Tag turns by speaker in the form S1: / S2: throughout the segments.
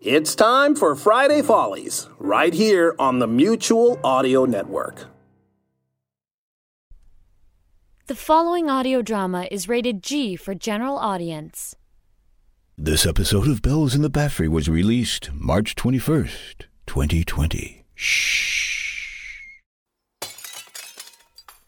S1: It's time for Friday Follies, right here on the Mutual Audio Network.
S2: The following audio drama is rated G for general audience.
S3: This episode of Bells in the Belfry was released March 21st, 2020. Shh.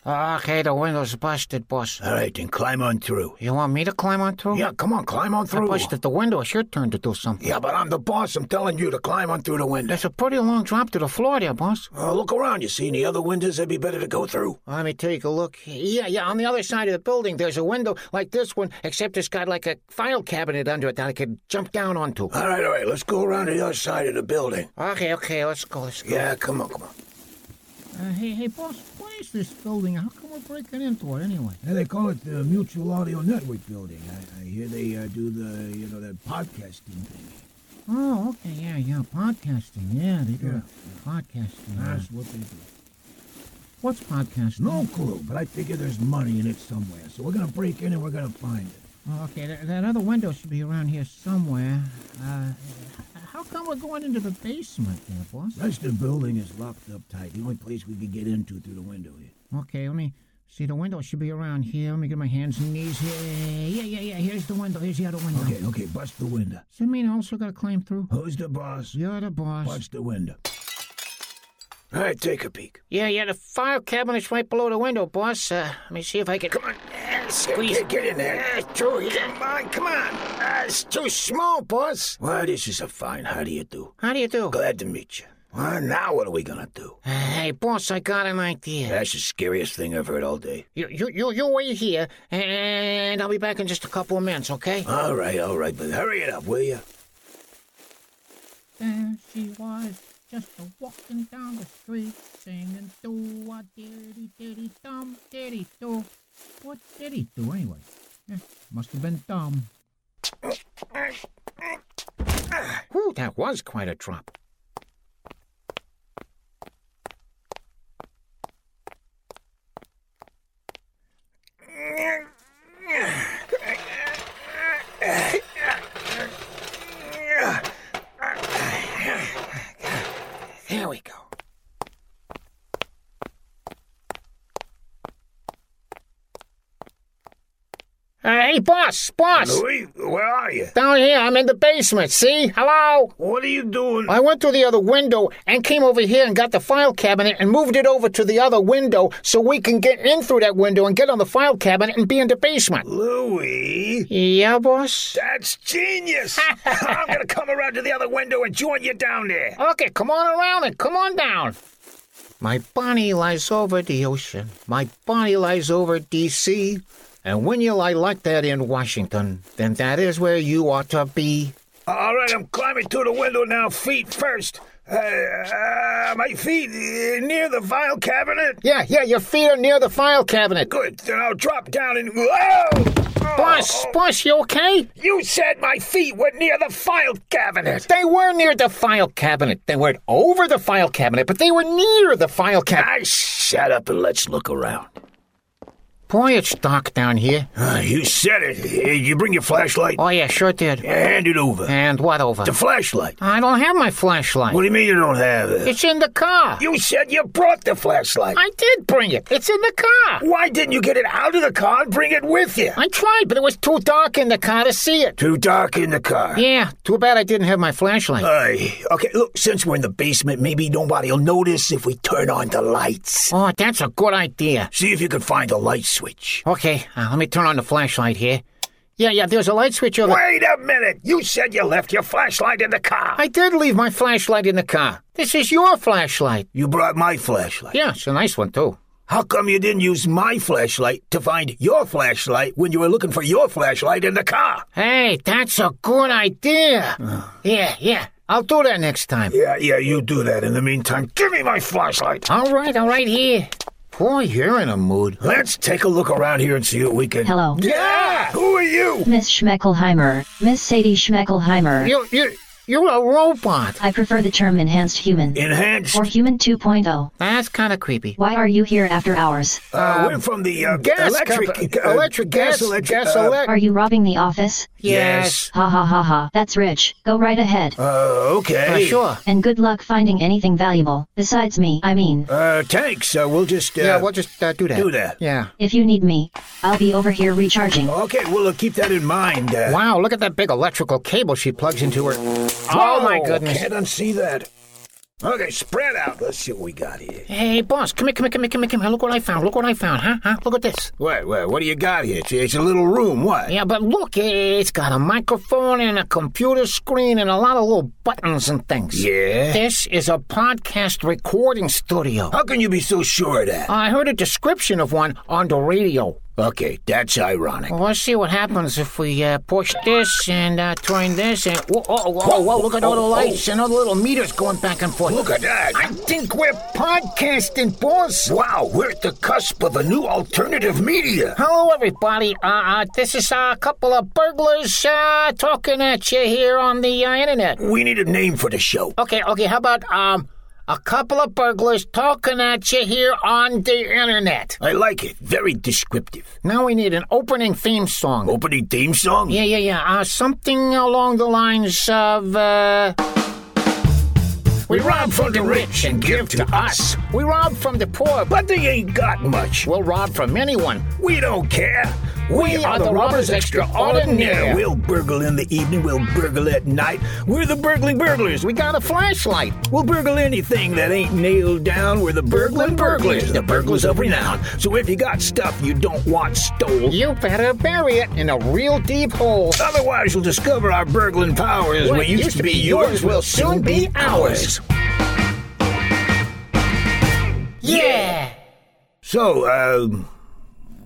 S4: Okay, the window's busted, boss.
S5: All right, then climb on through.
S4: You want me to climb on through?
S5: Yeah, come on, climb on
S4: I
S5: through.
S4: busted the window. It's your turn to do something.
S5: Yeah, but I'm the boss. I'm telling you to climb on through the window.
S4: There's a pretty long drop to the floor there, boss.
S5: Uh, look around. You see any other windows that'd be better to go through?
S4: Let me take a look. Yeah, yeah, on the other side of the building, there's a window like this one, except it's got like a file cabinet under it that I could jump down onto.
S5: All right, all right. Let's go around to the other side of the building.
S4: Okay, okay, let's go, let's go.
S5: Yeah, come on, come on.
S6: Uh, hey, hey, boss, what is this building? How come we're breaking into it anyway?
S5: Yeah, they call it the Mutual Audio Network building. I, I hear they uh, do the, you know, that podcasting thing.
S6: Oh, okay, yeah, yeah, podcasting. Yeah, they do podcasting.
S4: Ah.
S6: yeah.
S5: That's what they do.
S6: What's podcasting?
S5: No clue, but I figure there's money in it somewhere. So we're gonna break in and we're gonna find it.
S6: Oh, okay, that, that other window should be around here somewhere. Uh, how come we're going into the basement there, boss?
S5: Rest of the building is locked up tight. The only place we could get into through the window here.
S6: Okay, let me see. The window should be around here. Let me get my hands and knees here. Yeah, yeah, yeah. Here's the window. Here's the other window.
S5: Okay, okay, bust the window.
S6: So, you mean I also got to climb through?
S5: Who's the boss?
S6: You're the boss.
S5: Bust the window. All right, take a peek.
S4: Yeah, yeah, the file cabinet's right below the window, boss. Uh, let me see if I can. Come on, squeeze.
S5: Get, get in there.
S4: too, come on, come on. Uh, it's too small, boss.
S5: Well, this is a fine. How do you do?
S4: How do you do?
S5: Glad to meet you. Well, now what are we gonna do?
S4: Uh, hey, boss, I got an idea.
S5: That's the scariest thing I've heard all day.
S4: You, you, you, you wait here, and I'll be back in just a couple of minutes, okay?
S5: All right, all right, but hurry it up, will you?
S6: There she was, just a walking down the street, singing do a diddy diddy dum diddy do. What did he do anyway? Eh, must have been dumb.
S4: Ooh, that was quite a drop. There we go. Uh, hey, boss, boss!
S5: Louis, where are you?
S4: Down here, I'm in the basement, see? Hello?
S5: What are you doing?
S4: I went through the other window and came over here and got the file cabinet and moved it over to the other window so we can get in through that window and get on the file cabinet and be in the basement.
S5: Louis,
S4: Yeah, boss?
S5: that's genius. I'm gonna come around to the other window and join you down there.
S4: Okay, come on around and come on down. My body lies over the ocean. My body lies over D.C. And when you lie like that in Washington, then that is where you ought to be.
S5: All right, I'm climbing through the window now, feet first. Uh, uh, my feet uh, near the file cabinet.
S4: Yeah, yeah, your feet are near the file cabinet.
S5: Good. Then I'll drop down and. Whoa!
S4: Boss,
S5: Oh,
S4: boss, you okay?
S5: you said my feet were near the file cabinet.
S4: They were near the file cabinet. They weren't over the file cabinet, but they were near the file cabinet.
S5: I shut up and let's look around.
S4: Boy, it's dark down here.
S3: Ah,
S5: Uh, you said it. Hey, you bring your flashlight.
S4: Oh, yeah, sure did.
S5: Yeah, hand it over.
S4: And what over?
S5: The flashlight.
S4: I don't have my flashlight.
S5: What do you mean you don't have it?
S4: It's in the car.
S5: You said you brought the flashlight.
S4: I did bring it. It's in the car.
S5: Why didn't you get it out of the car and bring it with you?
S4: I tried, but it was too dark in the car to see it.
S5: Too dark in the car.
S4: Yeah, too bad I didn't have my flashlight.
S5: Aye. okay, look, since we're in the basement, maybe nobody'll notice if we turn on the lights.
S4: oh, that's a good idea.
S5: See if you can find the light switch.
S4: Okay, uh, let me turn on the flashlight here. Yeah, yeah, there's a light switch over.
S5: Wait a minute! You said you left your flashlight in the car.
S4: I did leave my flashlight in the car. This is your flashlight.
S5: You brought my flashlight.
S4: Yeah, it's a nice one, too.
S5: How come you didn't use my flashlight to find your flashlight when you were looking for your flashlight in the car?
S4: Hey, that's a good idea. yeah, yeah. I'll do that next time.
S5: Yeah, yeah, you do that. In the meantime, give me my flashlight.
S4: All right, all right, here. Boy, you're in a mood.
S5: Let's take a look around here and see what we can.
S7: Hello.
S5: Yeah! Who are you?
S7: Miss Schmeckelheimer. Miss Sadie Schmeckelheimer.
S4: You, you, you're a robot.
S7: I prefer the term enhanced human.
S5: Enhanced.
S7: Or human 2.0.
S4: That's kind of creepy.
S7: Why are you here after hours?
S4: Um,
S5: Uh, we're from the uh,
S4: Gas
S5: electric,
S4: compa-
S5: uh,
S4: electric gas,
S5: electric,
S4: gas,
S5: uh,
S4: elect.
S7: Are you robbing the office?
S5: Yes.
S7: Ha ha ha ha. That's rich. Go right ahead.
S5: Uh,
S4: Uh,
S5: okay.
S4: sure.
S7: And good luck finding anything valuable. Besides me, I mean.
S5: Uh, thanks. Uh, we'll just. Uh,
S4: Yeah, we'll just uh, do that.
S5: do that.
S4: Yeah.
S7: If you need me, I'll be over here recharging.
S5: Okay, well, uh, keep that in mind. Uh,
S4: Wow, look at that big electrical cable she plugs into her. Oh, my
S5: Whoa,
S4: goodness.
S5: Can't unsee that. Okay, spread out. Let's see what we got here.
S4: Hey, boss, come here, come here, come here, come here, come here. Look what I found. Look what I found, huh? Huh? Look at this.
S5: Wait, wait, what do you got here? It's, it's a little room. What?
S4: Yeah, but look, it's got a microphone and a computer screen and a lot of little buttons and things.
S5: Yeah? Oh.
S4: This is a podcast recording studio.
S5: How can you be so sure of that?
S4: I heard a description of one on the radio.
S5: Okay, that's ironic.
S4: Well, let's see what happens if we uh, push this and uh, turn this and whoa, whoa, whoa, whoa! Look at all the lights and all the little meters going back and forth.
S5: Look at that.
S4: I think we're podcasting, boss.
S5: Wow, we're at the cusp of a new alternative media.
S4: Hello, everybody. Uh, uh, this is uh, a couple of burglars uh, talking at you here on the uh, internet.
S5: We need a name for the show.
S4: Okay, okay. How about um, a couple of burglars talking at you here on the internet?
S5: I like it. Very descriptive.
S4: Now we need an opening theme song.
S5: Opening theme song?
S4: Yeah, yeah, yeah. Uh, something along the lines of. Uh... We rob from the rich and give to us. We rob from the poor, but
S5: But they ain't got much.
S4: we'll rob from anyone.
S5: We don't care. We, are, the, robbers extraordinaire. We'll burgle in the evening. We'll burgle at night. We're the burgling burglars.
S4: We got a flashlight.
S5: We'll burgle anything that ain't nailed down. We're the burgling burglars, the burglars of renown. So if you got stuff you don't want stole,
S4: You better bury it in a real deep hole.
S5: otherwise you'll discover our burgling powers. What, used, to be yours will soon be ours.
S4: Yeah.
S5: So, um,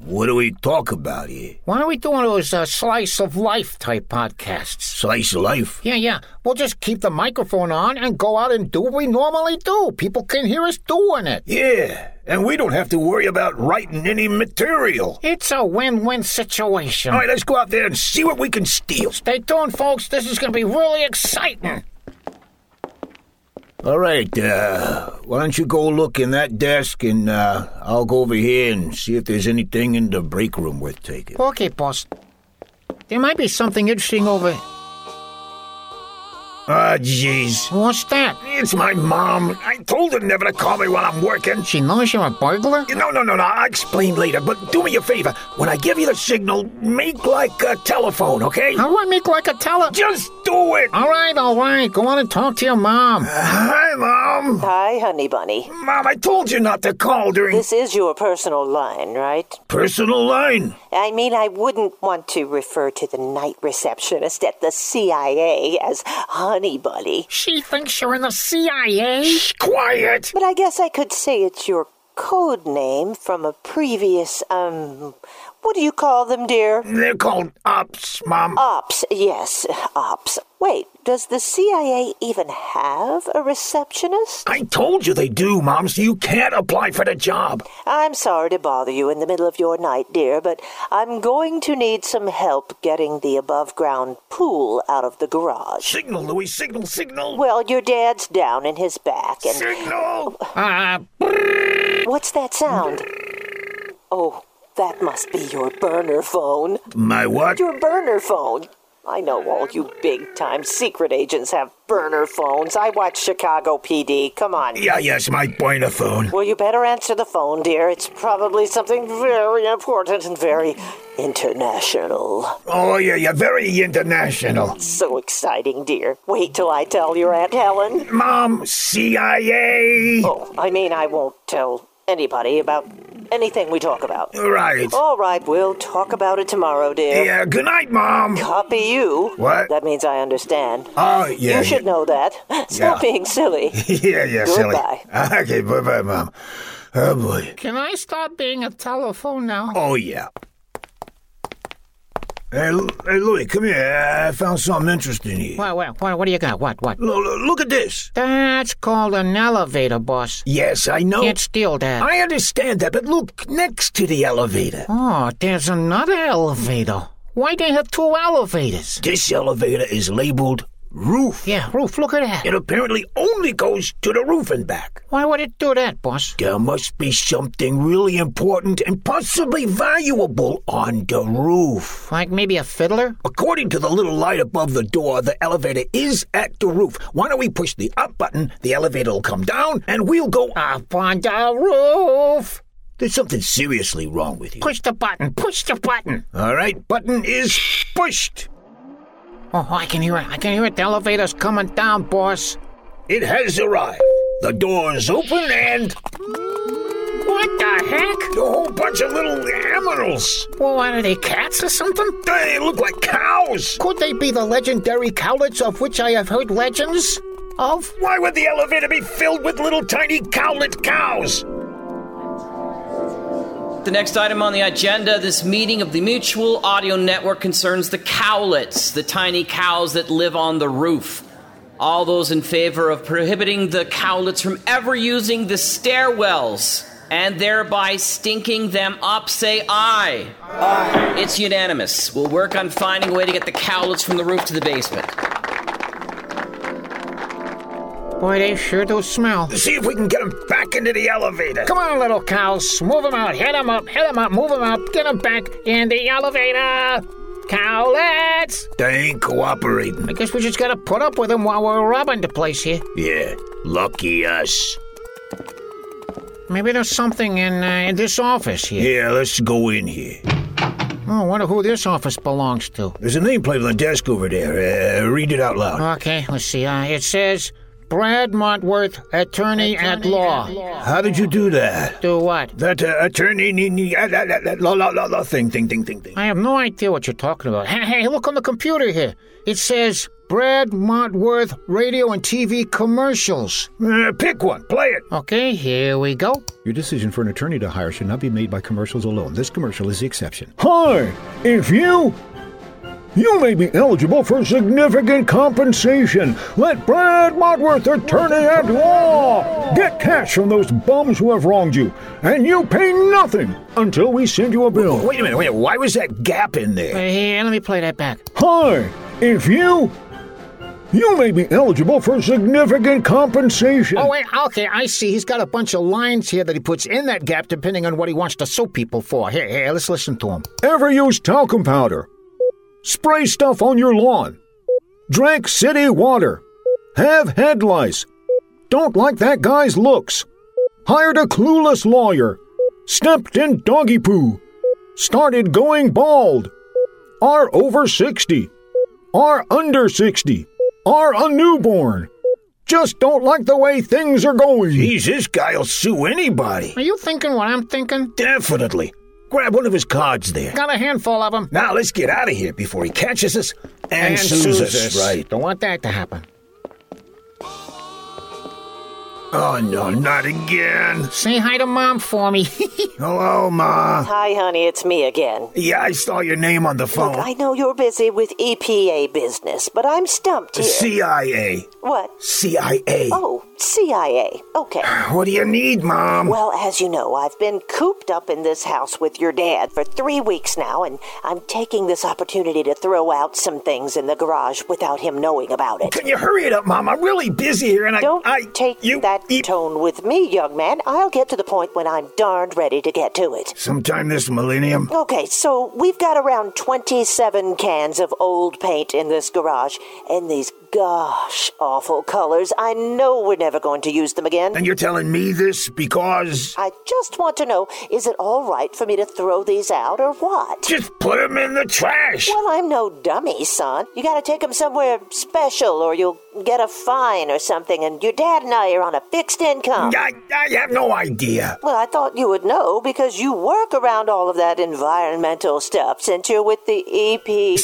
S5: what do we talk about here?
S4: Why are we doing those uh, slice of life type podcasts?
S5: Slice of life.
S4: Yeah, yeah. We'll just keep the microphone on and go out and do what we normally do. People can hear us doing it.
S5: Yeah, and we don't have to worry about writing any material.
S4: It's a win-win situation.
S5: All right, let's go out there and see what we can steal.
S4: Stay tuned, folks. This is going to be really exciting.
S5: All right, uh, why don't you go look in that desk and uh, I'll go over here and see if there's anything in the break room worth taking.
S4: Okay, boss. There might be something interesting over.
S5: Ah, jeez.
S4: What's that?
S5: It's my mom. I told her never to call me while I'm working.
S4: She knows you're a burglar?
S5: No, no, no, no. I'll explain later, but do me a favor. When I give you the signal, make like a telephone, okay?
S4: How do I make like a tele?
S5: Just do it.
S4: All right, all right. Go on and talk to your mom.
S5: Uh, Hi, Mom.
S8: Hi, honey bunny.
S5: Mom, I told you not to call during
S8: This is your personal line, right?
S5: Oh. personal line.
S8: I mean, I wouldn't want to refer to the night receptionist at the CIA as honey bunny,
S4: She thinks you're in the CIA?
S5: Shh, quiet.
S8: but I guess I could say it's your code name from a previous, um, what do you call them, dear?
S5: They're called ops, Mom.
S8: Ops, yes, ops. Wait, does the CIA even have a receptionist?
S5: I told you they do, Mom, so you can't apply for the job.
S8: I'm sorry to bother you in the middle of your night, dear, but I'm going to need some help getting the above ground pool out of the garage.
S5: Signal, Louis, signal, signal.
S8: Well, your dad's down in his back, and
S5: Signal!
S4: Uh,
S8: what's that sound? Oh, that must be your burner phone.
S5: My what?
S8: Your burner phone. I know all you big time secret agents have burner phones. I watch Chicago PD. Come on.
S5: Yeah, yes, my pointer phone.
S8: Well, you better answer the phone, dear. It's probably something very important and very international.
S5: Oh, yeah, you're very international.
S8: So exciting, dear. Wait till I tell your Aunt Helen.
S5: Mom, CIA.
S8: Oh, I mean, I won't tell anybody about anything we talk about.
S5: Right.
S8: All right, we'll talk about it tomorrow, dear.
S5: Yeah, good night, Mom.
S8: Copy you.
S5: What?
S8: That means I understand.
S5: Oh, yeah.
S8: you should know that.
S5: Yeah.
S8: Stop being silly.
S5: Yeah, yeah, silly.
S8: Goodbye.
S5: Okay, bye bye, Mom. Oh, boy.
S4: Can I stop being a telephone now?
S5: Oh, yeah. Hey, Lu- hey, Louie, come here. I found something interesting here.
S4: What, what, what, what do you got? What, what?
S5: Lo- lo- Look at this.
S4: That's called an elevator, boss.
S5: Yes, I know.
S4: Can't steal that.
S5: I understand that, but look next to the elevator.
S4: Oh, there's another elevator. Why they have two elevators?
S5: This elevator is labeled roof.
S4: Yeah, roof, look at that.
S5: It apparently only goes to the roof and back.
S4: Why would it do that, boss?
S5: There must be something really important and possibly valuable on the roof.
S4: Like maybe a fiddler?
S5: According to the little light above the door, the elevator is at the roof. Why don't we push the up button? The elevator will come down and we'll go up.
S4: Up on the roof!
S5: There's something seriously wrong with you.
S4: Push the button, push the button!
S5: All right, button is pushed.
S4: Oh, I can hear it, I can hear it. The elevator's coming down, boss.
S5: It has arrived. The door is open and
S4: What the heck?
S5: a whole bunch of little animals.
S4: Well, what are they, cats or something?
S5: They look like cows.
S4: Could they be the legendary cowlets of which I have heard legends of?
S5: Why would the elevator be filled with little tiny cowlet cows?
S9: The next item on the agenda this meeting of the Mutual Audio Network concerns the cowlets, the tiny cows that live on the roof. All those in favor of prohibiting the cowlets from ever using the stairwells and thereby stinking them up say aye. Aye. It's unanimous. We'll work on finding a way to get the cowlets from the roof to the basement.
S4: Boy, they sure do smell.
S5: See if we can get them back into the elevator.
S4: Come on, little cows. Move them out. Head them up. Head them up. Move them up. Get them back in the elevator. Cowlets!
S5: They ain't cooperating.
S4: I guess we just gotta put up with them while we're robbing the place here.
S5: Yeah, lucky us.
S4: Maybe there's something in uh, in this office here.
S5: Yeah, let's go in here.
S4: Oh, I wonder who this office belongs to.
S5: There's a nameplate on the desk over there. Uh, read it out loud.
S4: Okay, let's see. Uh, it says Brad Montworth, attorney, at law.
S5: How did you do that?
S4: Do what?
S5: That uh, attorney, nee, nee, uh, that, that, that, la, la, la, la, thing, thing, thing, thing, thing.
S4: I have no idea what you're talking about. Hey, hey, look on the computer here. It says Brad Montworth radio and TV commercials.
S5: Uh, pick one, play it.
S4: Okay, here we go.
S10: Your decision for an attorney to hire should not be made by commercials alone. This commercial is the exception. Hi! If you. You may be eligible for significant compensation. Let Brad Modworth, attorney at law, get cash from those bums who have wronged you. And you pay nothing until we send you a bill.
S5: Wait a minute, wait a minute. Why was that gap in
S4: Uh,
S5: there?
S4: Here, let me play that back.
S10: Hi! If you. You may be eligible for significant compensation.
S4: Oh, wait, okay, I see. He's got a bunch of lines here that he puts in that gap depending on what he wants to sue people for. Here, here, let's listen to him.
S10: Ever use talcum powder? Spray stuff on your lawn? Drank city water? Have head lice? Don't like that guy's looks? Hired a clueless lawyer? Stepped in doggy poo? Started going bald? Are over 60? Are under 60? Are a newborn? Just don't like the way things are going.
S5: Jeez, this guy'll sue anybody.
S4: Are you thinking what I'm thinking?
S5: Definitely. Grab one of his cards there.
S4: Got a handful of them.
S5: Now let's get out of here before he catches us and, sues us. Right.
S4: Don't want that to happen.
S5: Oh no, not again.
S4: Say hi to mom for me.
S5: Hello, Ma.
S8: Hi, honey, it's me again.
S5: Yeah, I saw your name on the phone.
S8: Look, I know you're busy with EPA business, but I'm stumped here.
S5: CIA.
S8: what?
S5: CIA.
S8: Oh, CIA. Okay.
S5: What do you need, Mom?
S8: Well, as you know, I've been cooped up in this house with your dad for three weeks now, and I'm taking this opportunity to throw out some things in the garage without him knowing about it.
S5: Can you hurry it up, Mom? I'm really busy here, and I
S8: Don't
S5: I
S8: take
S5: you
S8: that
S5: eat-
S8: tone with me, young man. I'll get to the point when I'm darned ready to get to it.
S5: Sometime this millennium.
S8: Okay, so we've got around 27 cans of old paint in this garage, and these gosh awful colors. I know we're never going to use them again.
S5: And you're telling me this because
S8: I just want to know is it all right for me to throw these out or what?
S5: just put them in the trash.
S8: Well, I'm no dummy, son. You gotta take 'em somewhere special, or you'll get a fine or something, and your dad and I are on a fixed income.
S5: I, I have no idea.
S8: Well, I thought you would know because you work around all of that environmental stuff since you're with the E EP.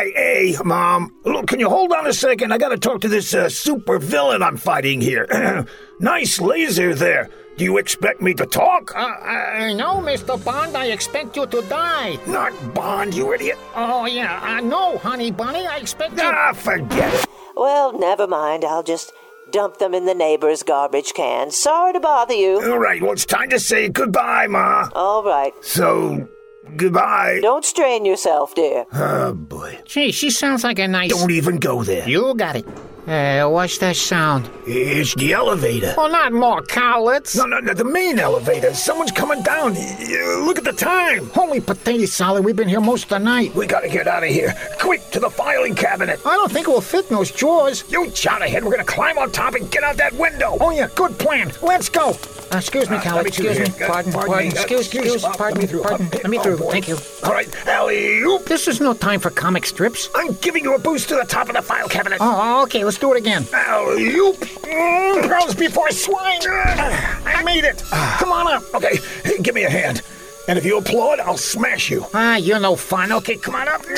S5: CIA, Mom. Look, can you hold on a second? I gotta talk to this uh, super villain I'm fighting here. nice laser there.
S11: Do you expect me to talk?
S4: Uh, uh, no, Mr. Bond, I expect you to die.
S11: Not Bond, you idiot.
S4: Oh, yeah, I uh, know, honey bunny, I expect you.
S11: Ah, forget it.
S8: Well, never mind. I'll just dump them in the neighbor's garbage can. Sorry to bother you.
S11: All right, well, it's time to say goodbye, Ma.
S8: All right.
S11: So, goodbye.
S8: Don't strain yourself, dear.
S11: Oh, boy.
S4: Gee, she sounds like a nice.
S11: Don't even go there.
S4: You got it. Uh, what's that sound?
S11: It's the elevator.
S4: Well, not more cowlets.
S11: No, no, no, the main elevator. Someone's coming down. Uh, Look at the time.
S4: Holy potato salad, we've been here most of the night.
S11: We gotta get out of here. Quick, to the filing cabinet.
S4: I don't think it will fit in those drawers.
S11: You shout ahead. We're gonna climb on top and get out that window.
S4: Oh, yeah, good plan. Let's go. Uh, excuse me,
S11: Uh, let
S4: Cowlet.
S11: me through
S4: Excuse me.
S11: here. Uh, pardon
S4: Pardon, pardon.
S11: me. Uh,
S4: Excuse,
S11: excuse-
S4: excuse,
S11: uh,
S4: pardon,
S11: let me through.
S4: pardon.
S11: Uh,
S4: Let me
S11: oh,
S4: through.
S11: boy.
S4: Thank you.
S11: All right, alley oop.
S4: This is no time for comic strips.
S11: I'm giving you a boost to the top of the file cabinet.
S4: Oh, okay, let's do it again.
S11: Alley oop. Girls before swine. Ah, I made it. Come on up. Okay, hey, give me a hand. And if you applaud, I'll smash you.
S4: Ah, you're no fun. Okay,
S11: Come on up. Ah,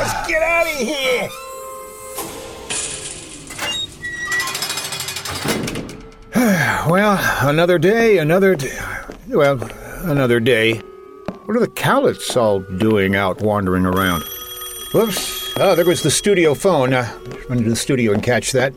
S11: Let's get out of here.
S5: Well, another day, another. D- well, another day. What are the cowlets all doing out wandering around? Whoops. Oh, there goes the studio phone. Uh, run into the studio and catch that.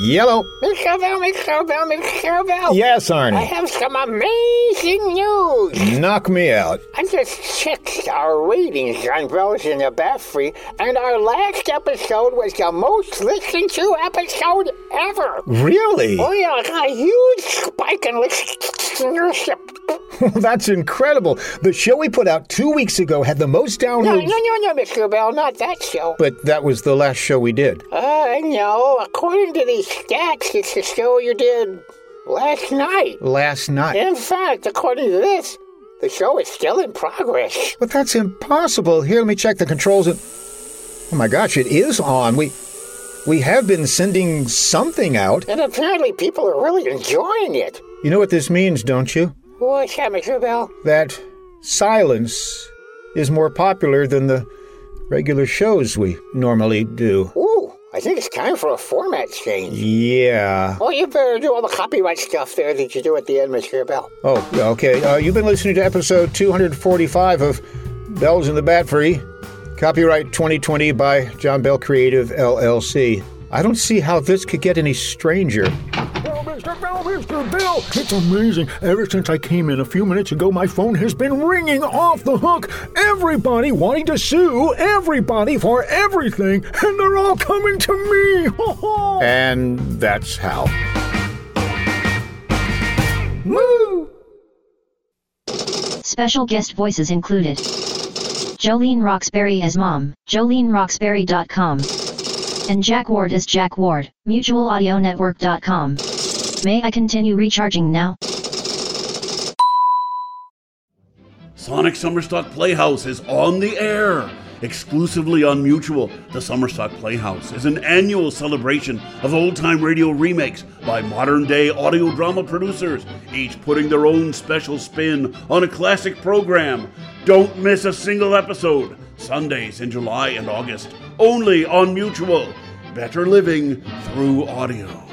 S5: Yellow.
S4: Michelbell, Michelbell, Michelbell.
S5: Yes, Arnie.
S4: I have some amazing news.
S5: Knock me out.
S4: I just checked our ratings on Rose and the Belfry, and our last episode was the most listened to episode ever.
S5: Really?
S4: Oh, yeah, I got a huge spike in listenership.
S5: That's incredible. The show we put out two weeks ago had the most
S4: No,
S5: downloads.
S4: no, no, no, Mr. Bell, not that show.
S5: But that was the last show we did.
S4: Uh, no, according to these stats, it's the show you did last night.
S5: Last night.
S4: In fact, according to this, the show is still in progress.
S5: But that's impossible. Here, let me check the controls. And oh my gosh, it is on. We we have been sending something out.
S4: And apparently people are really enjoying it.
S5: You know what this means, don't you?
S4: What's that, Mr. Bell?
S5: That silence is more popular than the regular shows we normally do.
S4: Ooh, I think it's time for a format change.
S5: Yeah.
S4: Oh, you better do all the copyright stuff there that you do at the end, Mr. Bell.
S5: Oh, yeah, okay. Uh, you've been listening to episode 245 of Bells in the Bat Free, copyright 2020 by John Bell Creative LLC. I don't see how this could get any stranger. Oh, Mr. Bell, Mr. Bell, it's amazing. Ever since I came in a few minutes ago, my phone has been ringing off the hook. Everybody wanting to sue everybody for everything, and they're all coming to me. and that's how. Woo!
S7: Special guest voices included. Jolene Roxbury as Mom, JoleneRoxbury.com. And Jack Ward as Jack Ward, MutualAudioNetwork.com. May I continue recharging now?
S12: Sonic Summerstock Playhouse is on the air. Exclusively on Mutual, the Summerstock Playhouse is an annual celebration of old time radio remakes by modern day audio drama producers, each putting their own special spin on a classic program. Don't miss a single episode, Sundays in July and August, only on Mutual. Better living through audio.